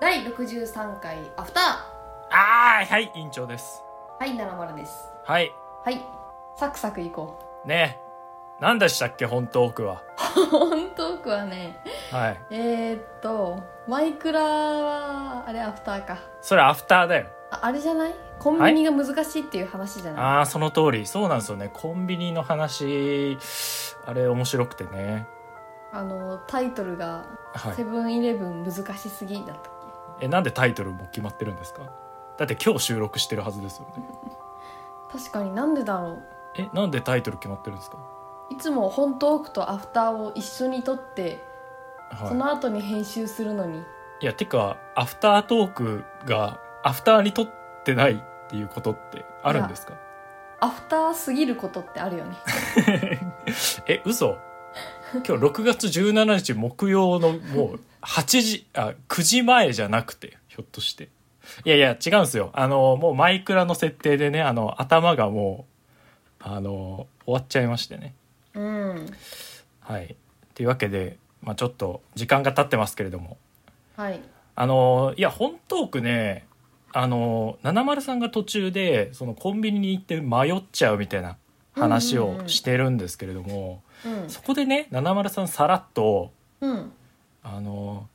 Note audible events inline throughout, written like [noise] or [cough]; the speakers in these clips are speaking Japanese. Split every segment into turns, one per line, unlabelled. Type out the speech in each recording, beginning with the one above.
第63回アフター
あーはい委員長です
はい70です
はい
はいサクサクいこ
ねえ何でしたっけ本トークは
う [laughs] 本トークはね
はい
えー、っとマイクラはあれアフターか
それアフターだよ
ああれじゃないコンビニが難しいっていう話じゃない、
ああその通りそうなんですよねコンビニの話あれ面白くてね
あのタイトルが「
は
セ
い
ブンイレブン難しすぎ」だったっ
えなんでタイトルも決まってるんですかだって今日収録してるはずですよね
け確かになんでだろう
えなんでタイトル決まってるんですか
いつも本トークとアフターを一緒に撮って、そ
は
の後に編集するのに
いいやてかアフタートークがアフターに撮ってないっていうことってあるんですか
アフターすぎることってあるよ [laughs] ね
[laughs] え嘘今日6月17日木曜のもう8時あ9時前じゃなくてひょっとしていやいや違うんですよあのもうマイクラの設定でねあの頭がもうあの終わっちゃいましてね
うん
はいというわけで、まあ、ちょっと時間が経ってますけれども
はい
あのいや本トークねあの七丸さんが途中でそのコンビニに行って迷っちゃうみたいな話
うんうんう
を
ん
してるんですけれども、
うん
そこでね七丸さんさらっと
うん
あの、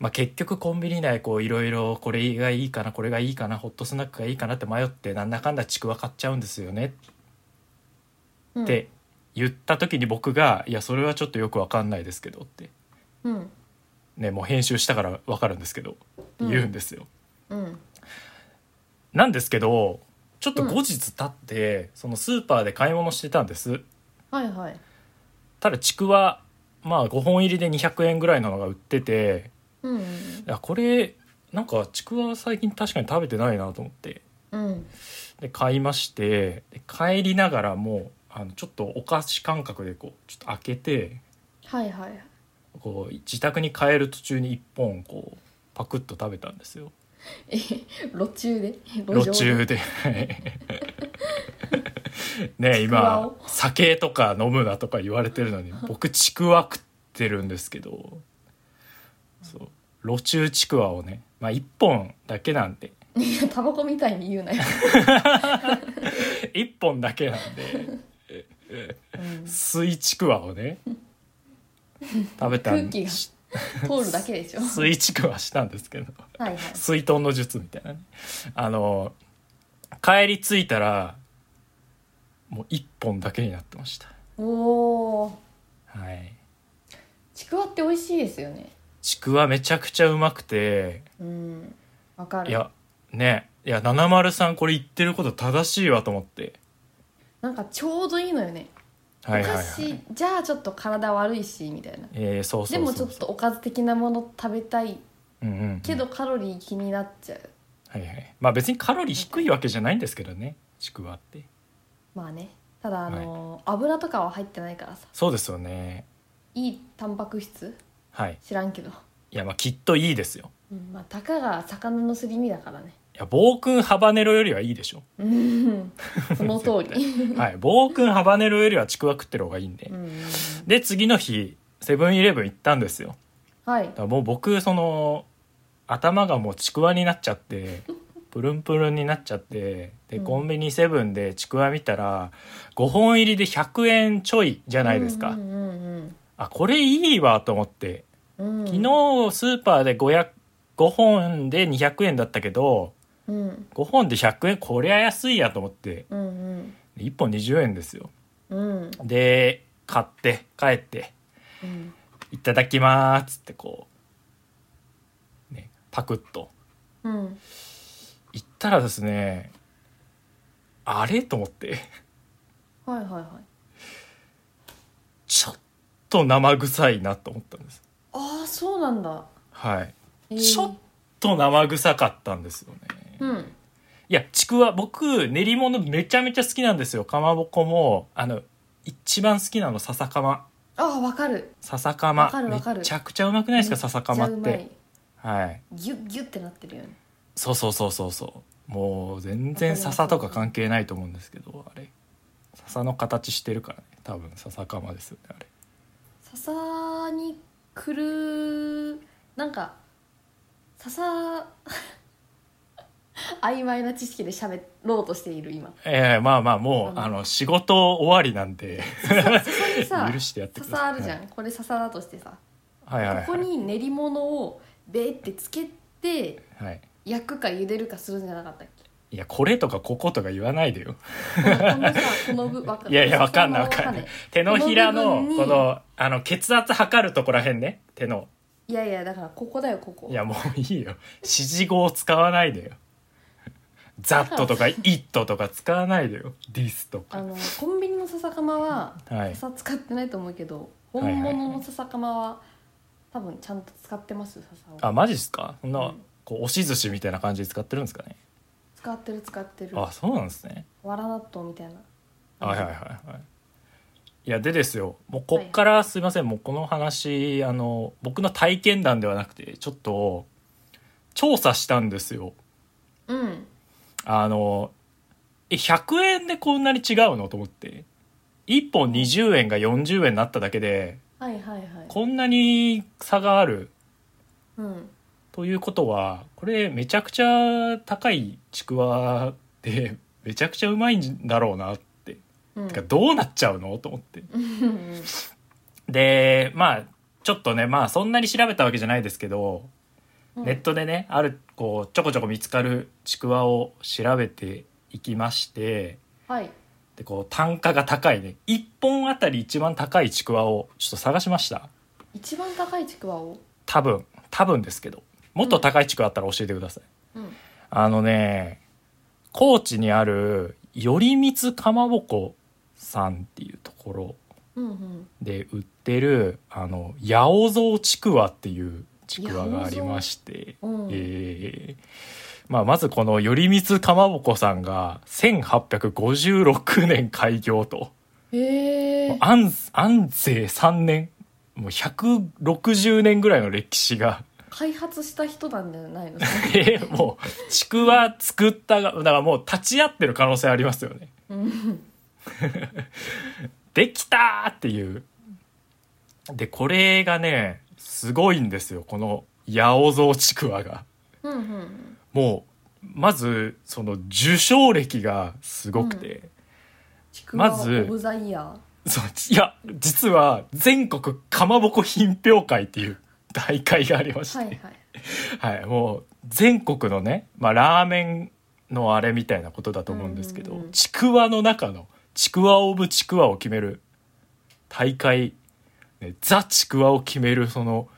まあ、結局コンビニ内こういろいろこれがいいかなこれがいいかなホットスナックがいいかなって迷ってなんだかんだちくわ買っちゃうんですよね
うん
って言った時に僕が「いやそれはちょっとよくわかんないですけど」って、
うん
ね、もう編集したからわかるんですけどって言うんですよ。
うん
なんですけどちょっと
うん
後日経って、そのスーパーで買い物してたんです。
はいはい
ただちくわまあ5本入りで200円ぐらいなのが売ってて
うん
いやこれなんかちくわ最近確かに食べてないなと思って
うん
で買いましてで帰りながらもあのちょっとお菓子感覚でこうちょっと開けて
はいはい
こう自宅に帰る途中に1本こうパクッと食べたんですよ
え路中で路
路
上で [laughs]
中で [laughs] ね
ちくわ
今
を
酒とか飲むなとか言われて
[laughs]
るのに僕ちくわ食ってるんですけどそう路中ちくわをね、まあ、1本だけなんで
いやタバコみたいに言うな
[laughs]
よ、
一本だけなんで
うん
水ちくわをね食べた
空
ん
気が
し
通るだけでしょ
水ちくわしたんですけど
はいはい
水遁の術みたいなねあの帰り着いたらもう一本だけになってました
おお
はい
ちくわって美味しいですよね
ちくわめちゃくちゃうまくて
うんわかる
いやねいや七丸さんこれ言ってること正しいわと思って
なんかちょうどいいのよね
はいはい
お
は
菓
い
子じゃあちょっと体悪いしみたいな
えー、そう
で
そうそう
もちょっとおかず的なもの食べたい
うんうんうん
けどカロリー気になっちゃう
はいはいまあ別にカロリー低いわけじゃないんですけどねちくわって
まあねただあのー油とかは入ってないからさ
そうですよね
いいタンパク質
はい
知らんけど、
いやまあきっといいですよ
うんまあ、たかが魚のすり身だからね
いや暴君ハバネロよりはいいでしょ
うんその通り
はい暴君ハバネロよりはちくわ食ってる方がいいんで、
うん
で次の日セブンイレブン行ったんですよ
はい
だからもう僕その頭がもうちくわになっちゃってプルンプルンになっちゃってで
うん
コンビニセブンでちくわ見たら5本入りで100円ちょいじゃないですか、
うんうん
あこれいいわと思って
うんうん
昨日スーパーで500 5本で200円だったけど
うん
5本で100円こりゃ安いやと思って
うん
1本20円ですよ
うんうん
で買って帰って
うん
「いただきまーす」っつってこう、ね、パクッと
うん
行ったらですねあれと思って
はいはいはい
ちょっと生臭いなと思ったんです
ああそうなんだ、
はい、
えー
ちょっと生臭かったんですよね、
うん
いや、ちくわ、僕、練り物めちゃめちゃ好きなんですよ。かまぼこも、あの、一番好きなの、笹かま。
ああわかる
笹か
わ
ま
かるわか。る
めちゃくちゃうまくないですか、笹かまっ
めちゃうま
て
い。
はい。
ギュッギュッてなってるよね
そうそうそうそうそう。もう、全然笹とか関係ないと思うんですけど、あれ。笹の形してるからね。多分、笹かまですよね、あれ。
笹に来るなんかささ [laughs] 曖昧な知識で喋ろうとしている今
ええまあまあもう、
うん
あの仕事終わりなんで
さ
許してやってくだ
笹
さい
あるじゃん、これ笹だとしてさ、
はいはいはい
ここに練り物をべーってつけて
はい
焼くか茹でるかするんじゃなかった
[laughs]
っけ
いやこれとかこことか言わないで
こ
よ
のこのさこの部わか
いやいやわかんないわかんない手のひら
この
の
部分に
このあの血圧測るとこらへんね手の
いやいやだからここだよここ
いやもういいよ指示語を使わないでよ「ザットとか「イットとか使わないでよ「ディス」と
あ
か
のコンビニの笹かまは
はい
笹使ってないと思うけど、
はいはい
本物の笹かまは多分ちゃんと使ってますよ笹を
あマジっすかそんな、
うん
こう押し寿司みたいな感じで使ってるんですかね
使ってる使ってる
あそうなんですね
わら納豆みたいな
はいはいはいはいいやでですよもうこっからすいません、もうこの話あの僕の体験談ではなくてちょっと調査したんですよ
うん
あのえ100円でこんなに違うのと思って1本20円が40円になっただけで
はいはいはい
こんなに差がある
うん
ということはこれめちゃくちゃ高いちくわで [laughs] めちゃくちゃうまいんだろうなって、
うん
てかどうなっちゃうのと思って
うん
でまあちょっとねまあそんなに調べたわけじゃないですけど、
うん
ネットでねあるこうちょこちょこ見つかるちくわを調べていきまして
[laughs] はい
でこう単価が高いね1本あたり一番高いちくわをちょっと探しました
一番高いちくわを
多分多分ですけどもっと高いちくわあったら教えてください、
うん
あのね高知にある頼光かまぼこさんっていうところ
うんうん
で売ってるあの八百蔵ちくわっていうちくわがありまして、
八百蔵うん
えーまあ、まずこの頼光かまぼこさんが1856年開業と
へえ
安安政3年もう160年ぐらいの歴史が [laughs]
開発した人なんじゃないの
えーもうちくわ作ったがだからもう立ち会ってる可能性ありますよね。 [laughs]
うん
できたーっていうでこれがねすごいんですよこの八百蔵ちくわが
[laughs] うんうん
もうまずその受賞歴がすごくて、
ちくわ
まず
オブザイヤー
そういや実は全国かまぼこ品評会っていう大会がありまして、
は
はい
はい
いもう全国のね、まあ、ラーメンのあれみたいなことだと思うんですけど、
うんうんうん
ちくわの中のちくわオブちくわを決める大会、ね、ザちくわを決めるその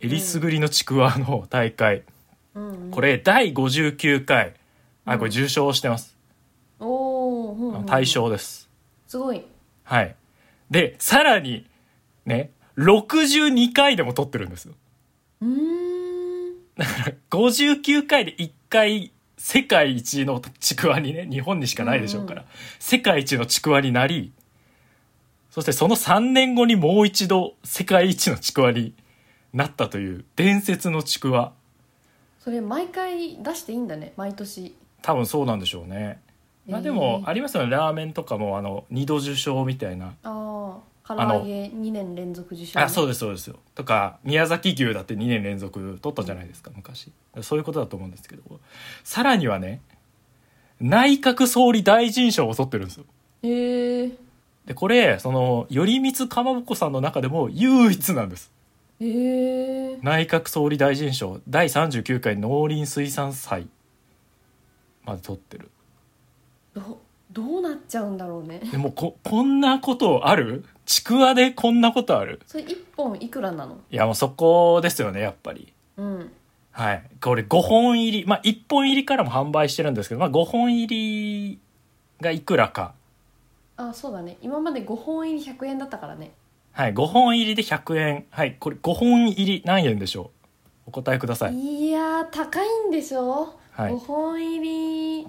えりすぐりのちくわの大会、
うんうん
これ第59回あこ
う
れ
ん
受賞してます、
おお、うんうんうん
大賞です
すごい
はい。で、さらに、ね、62回でも撮ってるんですよ。
うーん
59回で1回、世界一のちくわにね、日本にしかないでしょうから、世界一のちくわになり、そしてその3年後にもう一度世界一のちくわになったという伝説のちくわ。
それ毎回出していいんだね毎年
多分そうなんでしょうね。まあで
え
も
ー、
ありますよね、ラーメンとかも、あの、二度受賞みたいな。
ああ唐
あの
揚げ2年連続受賞
あそう
う
ですそうですよとか宮崎牛だって2年連続取ったじゃないですか昔そういうことだと思うんですけどさらにはね内閣総理大臣賞を取ってるんですよ
へえ
でこれその頼光かまぼこさんの中でも唯一なんです
へえ
内閣総理大臣賞第39回農林水産祭まで取ってる
どどうなっちゃうんだろうね
でもここんなことあるちくわでこんなことある
それ1本いくらなの
いやもうそこですよねやっぱり
うん
はい。これ5本入り、まあ1本入りからも販売してるんですけど、まあ5本入りがいくらか。
あそうだね今まで5本入り100円だったからね
はい。5本入りで100円。はい。これ5本入り何円でしょうお答えください。
いやー高いんでしょ、
はい
5本入り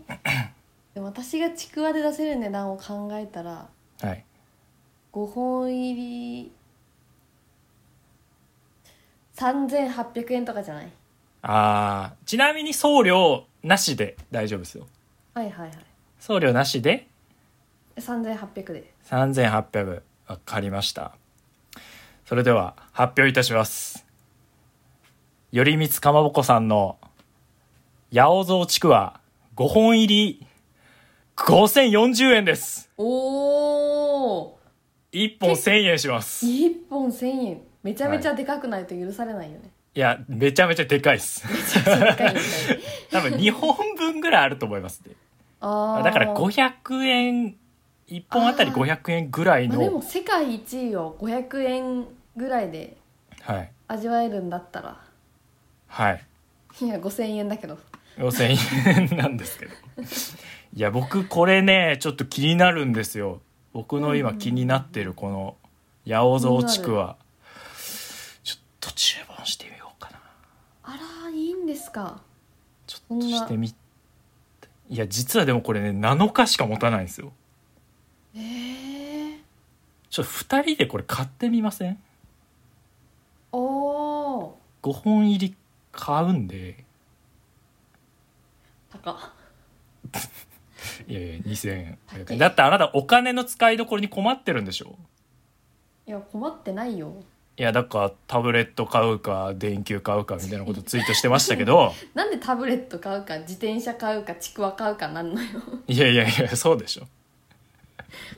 でも私がちくわで出せる値段を考えたら
はい。
5本入り3800円とかじゃない
あーちなみに送料なしで大丈夫ですよ。
はいはいはい
送料なしで
3800で
3800。わかりました。それでは発表いたします。よりみつかまぼこさんの、八百蔵ちくわ5本入り5040円です。
おお
1本1000円します。い
1本1000円めちゃめちゃでかくないと許されないよね、 [laughs]
や、めちゃめちゃでかいっす。
めちゃめちゃでか
[laughs]
いみたいな
多分2本分ぐらいあると思いますね。
あー
だから500円、1本あたり500円ぐらい
まあ、でも
の、
世界一位を500円ぐらいで
はい。
味わえるんだったら
はい。
いや5000円だけど
5000円なんですけど。いや、僕これね、ちょっと気になるんですよ。僕の今気になってるこの、八百蔵ちくわ。ちょっと注文してみようかな。
あらいいんですか
ちょっとしてみ。いや、実はでもこれね、7日しか持たないんですよ。
えー、
ちょっと2人でこれ買ってみません
おお
?5 本入り買うんで、
高っ
いやいや、2000円
高。い
だってあなたお金の使いどころに困ってるんでしょ
いや困ってないよ
いやだからタブレット買うか電球買うかみたいなことツイートしてましたけ [laughs] ど
なんでタブレット買うか自転車買うかちくわ買うかなんのよ [laughs]
いやいやいやそうでしょ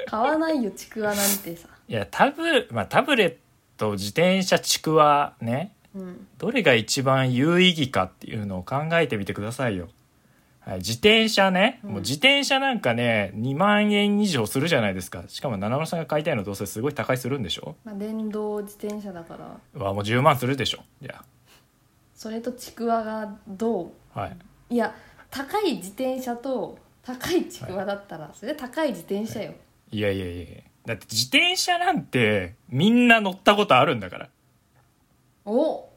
買わないよちくわなんてさ
いやタブ,、まあ、タブレット自転車ちくわね
うん
どれが一番有意義かっていうのを考えてみてくださいよ、はい、自転車ね、
うん
もう自転車なんかね2万円以上するじゃないですかしかも七村さんが買いたいのどうせすごい高いするんでしょ
まあ電動自転車だから
わもう10万するでしょいや
それとちくわがどう
はい
いや高い自転車と高いちくわだったら、それ高い自転車よ、
いやいやいやいやだって自転車なんてみんな乗ったことあるんだから
おお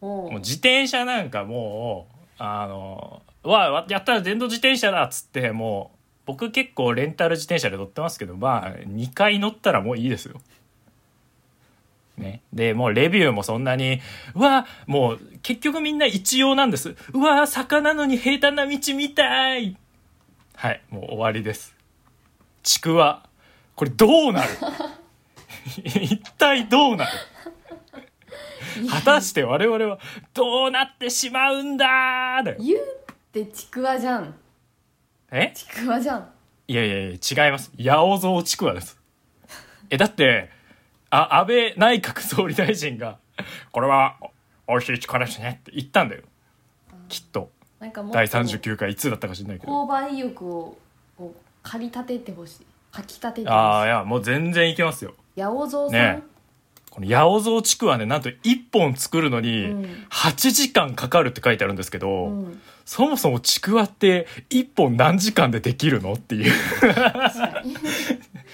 う
もう自転車なんかもうあのわわやったら電動自転車だっつってもう僕結構レンタル自転車で乗ってますけどまあ2回乗ったらもういいですよ。ね、でもうレビューもそんなにうわもう結局みんな一様なんですうわ坂なのに平坦な道みたいはいもう終わりですちくわこれどうなる [laughs] 一体どうなる果たして我々はどうなってしまうんだーだよ
言うってちくわじゃん
え
ちくわじゃん
いやいやいや違います八百蔵ちくわですえだってあ安倍内閣総理大臣がこれはお美味しいちくわですねって言ったんだよきっと
なんかもっと
第39回いつだったか知らないけど
購買意欲をこう駆り立ててほしいかき立ててほしい
ああい
八
やもう全然いけますよ
百蔵さん、
ねこの八百蔵ちくわねなんと1本作るのに
うん
8時間かかるって書いてあるんですけど、
うん、
そもそもちくわって1本何時間でできるのっていう [laughs]
確かに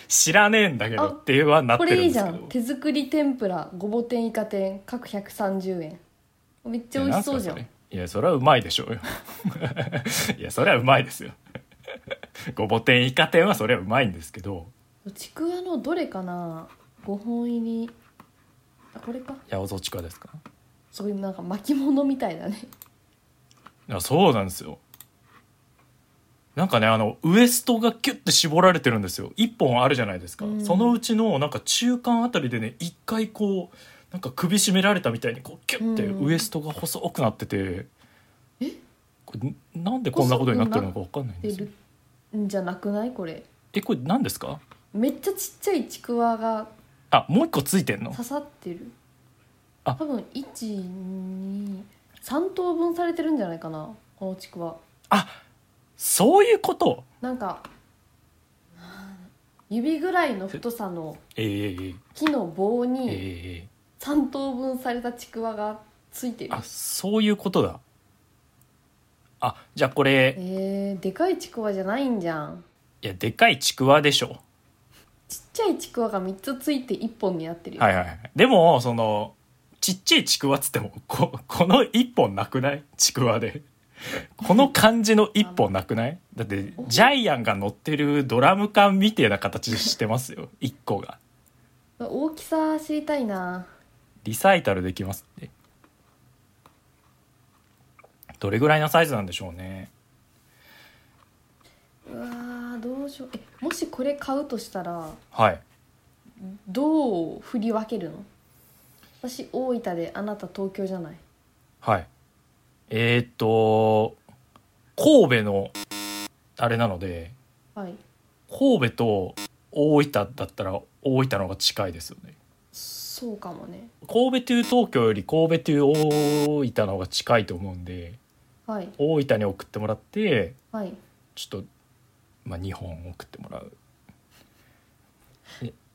知らねえんだけど
あ
っていうのはなっ
こ
てるん
れいい
です
じ
け
ゃ
ど
ん手作り天ぷらごぼ天イカ天各130円めっちゃ美味しそうじゃん
いやなんすかそれいやそれはうまいでしょうよ [laughs] いやそれはうまいですよごぼ天イカ天はそれはうまいんですけど
ちくわのどれかな5本入りあこれか
八百蔵ちくわですか
そういうなんか巻物みたいだね
いやそうなんですよなんかねあのウエストがキュッて絞られてるんですよ1本あるじゃないですか、
うん
そのうちのなんか中間あたりでね一回こうなんか首絞められたみたいにこうキュッて
うん
ウエストが細くなってて、
え
これなんでこんなことになってるのか分かんないんで
です
よ
るんじゃなくないこれ
えこれ何ですか
めっちゃちっちゃいちくわが
あもう一個ついてんの
刺さってる
あ
多分123等分されてるんじゃないかなこのちくわ
あそういうこと
なんか指ぐらいの太さの
ええ
木の棒
え
に
え
3等分されたちくわがついてる
あそういうことだあじゃあこれ
えー、でかいちくわじゃないんじゃん
いやでかいちくわでしょ
ちっちゃいちくわが3つついて1本になってるよ、
はいはいはいでもそのちっちゃいちくわっつってもここの一本なくない [laughs] ちくわでこの感じの一本なくないだってジャイアンが乗ってるドラム缶みてえな形してますよ一個が
大きさ知りたいな
リサイタルできますってどれぐらいのサイズなんでしょうね
うわーどうしようえもしこれ買うとしたら
はい
どう振り分けるの私大分であなた東京じゃない
はいえーっと神戸のあれなので
はい
神戸と大分だったら大分の方が近いですよね
そうかもね
神戸という東京より神戸という大分の方が近いと思うんで
はい
大分に送ってもらって
はい
ちょっと、まあ、2本送ってもらう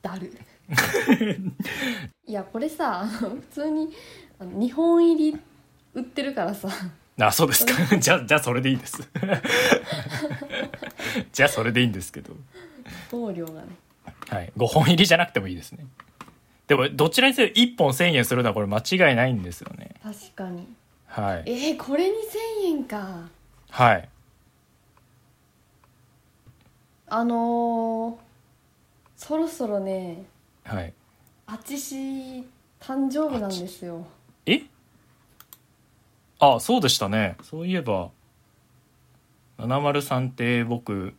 だるいやこれさあの普通にあの2本入り売ってるからさ
あそうですかじゃあじゃあそれでいいです [laughs] じゃあそれでいいんですけど、
送料がね
はい、5本入りじゃなくてもいいですねでもどちらにせよ1本1,000円するのはこれ間違いないんですよね
確かに
はい
えー、これ2000円か
はい
あのー、そろそろね
はい
あちし誕生日なんですよ
えあそうでしたねそういえば703って僕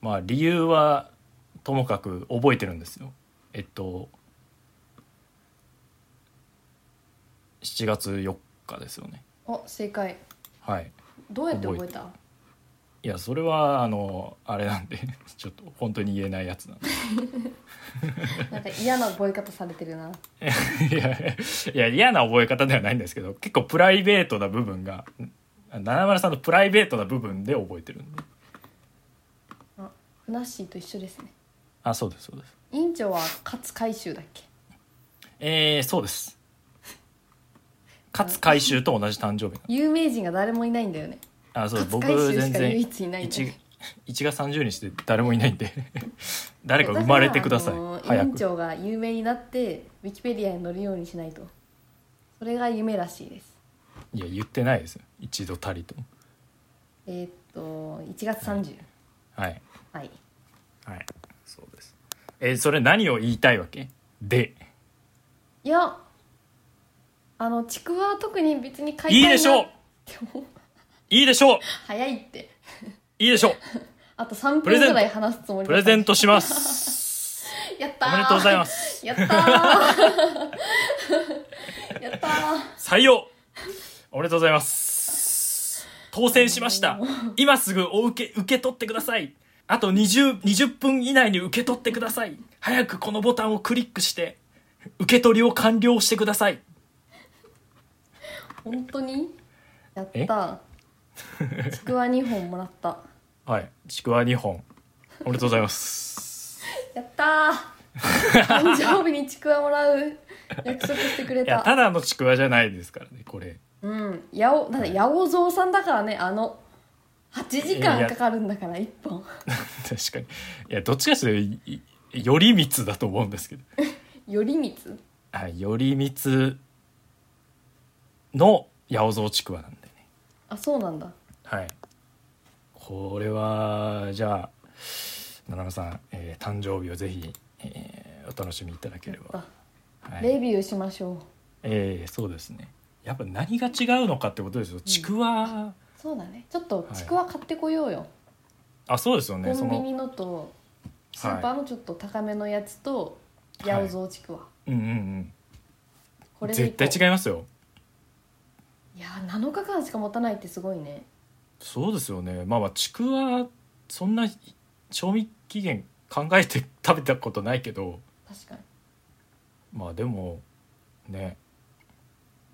まあ理由はともかく覚えてるんですよえっと7月4日ですよね
あ正解
はい
どうやって覚えた
いやそれはあのあれなんで [laughs] ちょっと本当に言えないやつなんで [laughs]
なんか嫌な覚え方されてるない
やいや嫌な覚え方ではないんですけど結構プライベートな部分が703のプライベートな部分で覚えてるんで
あナッシーと一緒ですね
あそうですそうです
委員長は勝回収だっけ
えー、そうです勝海舟と同じ誕生日なんで
有名人が誰もいないんだよね
あそうです
勝海
僕
舟
全
しか唯
然
一いないんだよ
1,
ね
1月30日で誰もいないんで [laughs] 誰か生まれてください
だからあの
早
委員
く
長が有名になってウィキペディアに載るようにしないとそれが夢らしいです
いや言ってないですよ一度たりとも
えーっと1月30
はい
はい
はいそうですえーそれ何を言いたいわけで
いやあのちくわは特に別に買
い
い
い
たいな
でしょう
って思う
いいでしょう
早いって
いいでしょう
あと3分
プレゼン
ぐ
ト
らい話すつもり
プレゼン
ト
トします
やった
お
ー
めでとうございます
やったーやったー
採用おめでとうございます当選しました今すぐお受け受け取ってくださいあと 20, 20分以内に受け取ってください早くこのボタンをクリックして受け取りを完了してください
本当にやったーちくわ2本もらった
はいちくわ2本おめでとうございます
やったー
[laughs]
誕生日にちくわもらう約束してくれ
いやた
た
だのちくわじゃないですからねこれ [laughs]
うんやおだって八百蔵さんだからねあの8時
いや
間かかるんだから1本
確かにいやどっちかというといい頼光だと思うんですけど
頼光
はい頼光の八百蔵ちくわなんでね
あそうなんだ
はい。これはじゃあ七々さん、えー誕生日をぜひ、えーお楽しみいただけ
や
れ
っ
ば。
た
は
レ
い。
ビューしましょう
えーそうですね。やっぱ何が違うのかってことですよ。ちくわ。
そうだねちょっとちくわ買ってこようよ、
あ、そうですよね。
コ
そ
ンビ
の
ニのとスーパーのちょっと高めのやつと
はい
八百蔵ちくわ、
うんうん
こ
うん。
れでい
絶
こう
対違いますよ。
いやー7日間しか持たないってすごいね
そうですよね。まあまあちくわそんな賞味期限考えて食べたことないけど、
確かに
まあでもね。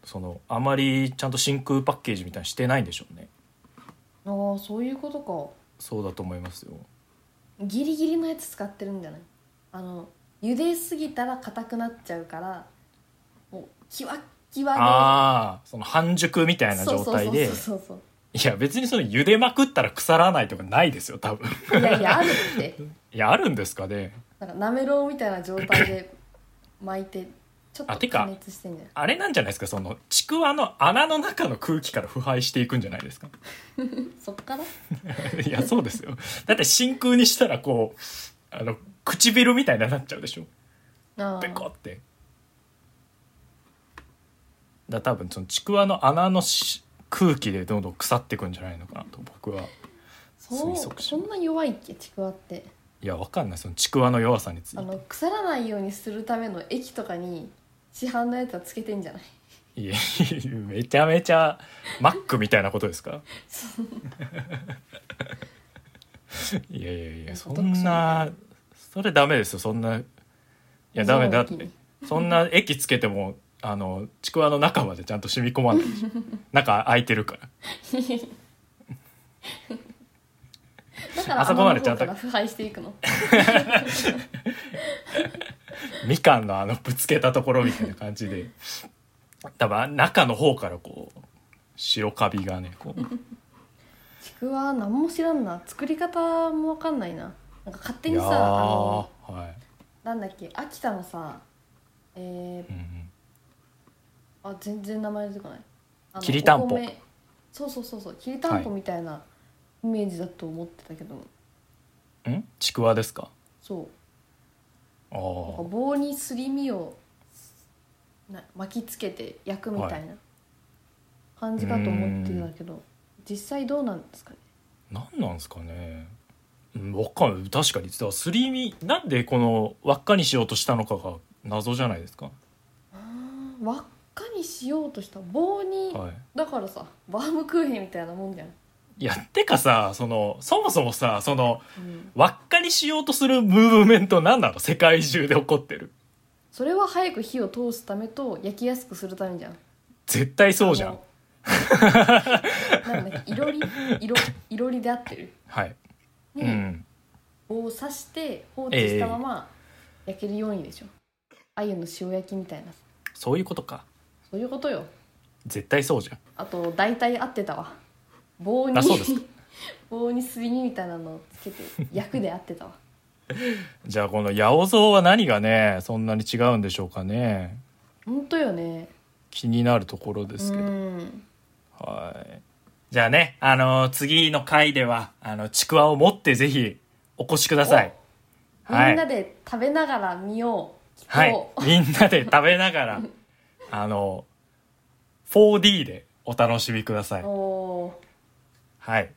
そのあまりちゃんと真空パッケージみたいにしてないんでしょうね
ああそういうことか
そうだと思いますよ
ギリギリのやつ使ってるんじゃないあの茹ですぎたら硬くなっちゃうからもうキワッキワ
ああその半熟みた
で
いな状態で
そうそうそう
いや別にその茹でまくったら腐らないとかないですよ多分 [laughs]
そうそういやいやあるって [laughs]
いやあるんですかね
なんかなめろうみたいな状態で巻いてちょっ
あて
と
か
加熱してんじゃない
あれなんじゃないですかそのちくわの穴の中の空気から腐敗していくんじゃないですか [laughs]
そっから
いやそうですよだって真空にしたらこうあの唇みたいになっちゃうでしょ
あ
ペコ
ー
ってだから多分そのちくわの穴のし空気でどんどん腐っていくんじゃないのかなと僕は
そう
推測し
そ
ます
んな弱いっけちくわって
いやわかんないそのちくわの弱さについて
あの腐らないようにするための液とかに市販のやつはつけてんじゃない [laughs]
いいえめちゃめちゃマックみたいなことですかいやいやいやそんなそれダメですよそんないやダメだっ
蒸気
て
に
そんな液つけてもあのちくわの中までちゃんと染み込まないし
[laughs]
中空いてるから
だから
あそこまでちゃんと
穴の方から腐敗していくの
みかんのあのぶつけたところみたいな感じで多分中の方からこう白カビがねこう
ちくわ何も知らんな作り方もわかんないななんか勝手
い
に
や
さ
ー
あの
はい
なんだっけ秋田のさえ
うんうん
ー、あ全然名前出てこないあの
きりたんぽ
お米そうそうそうそうきりたんぽみたいなイメージだと思ってたけど、
んちくわですか
そう
あ
なんか
ー
棒にすり身をな巻きつけて焼くみたいな感じかと思ってたけど、実際どうなんですかね
何なんですかねうんわかんない確かにだからすり身なんでこの輪っかにしようとしたのかが謎じゃないですか
輪っかにしようとした棒に、
はい
だからさバームクーヘンみたいなもんじゃん、
いやってかさそのそもそもさその
うん、
輪っかにしようとするムーブメント何なの世界中で起こってる
それは早く火を通すためと焼きやすくするためじゃん
絶対そうじゃ
あ
ん
のなんだっけいろりいろいろりで合ってる
はい、
に、
うん
棒を刺して放置したまま焼けるようにでしょ鮎の塩焼きみたいな
そういうことか
そういうことよ
絶対そうじゃん
あと大体合ってたわ棒に
あそうですか
[laughs] 棒にすり身みたいなのをつけて焼くで合ってたわ
じゃあこの八百蔵は何がねそんなに違うんでしょうかね
本当よね
気になるところですけど、
うん
はいじゃあねあの次の回ではあのちくわを持ってぜひお越しください
み
はい
んなで食べながら見よう、
はい
こ
みんなで食べながら [laughs] あの 4D でお楽しみくださいう
お
はい
ー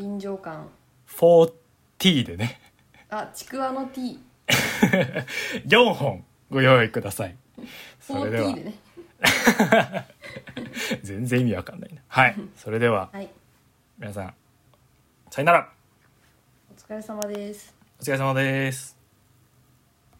臨場感
4T でね [laughs]
あちくわの T4T
4本ご用意くださいそれでは
でね
全然意味わかんないなはいそれでは
はい
皆さんさよなら
お疲れ様です
お疲れ様です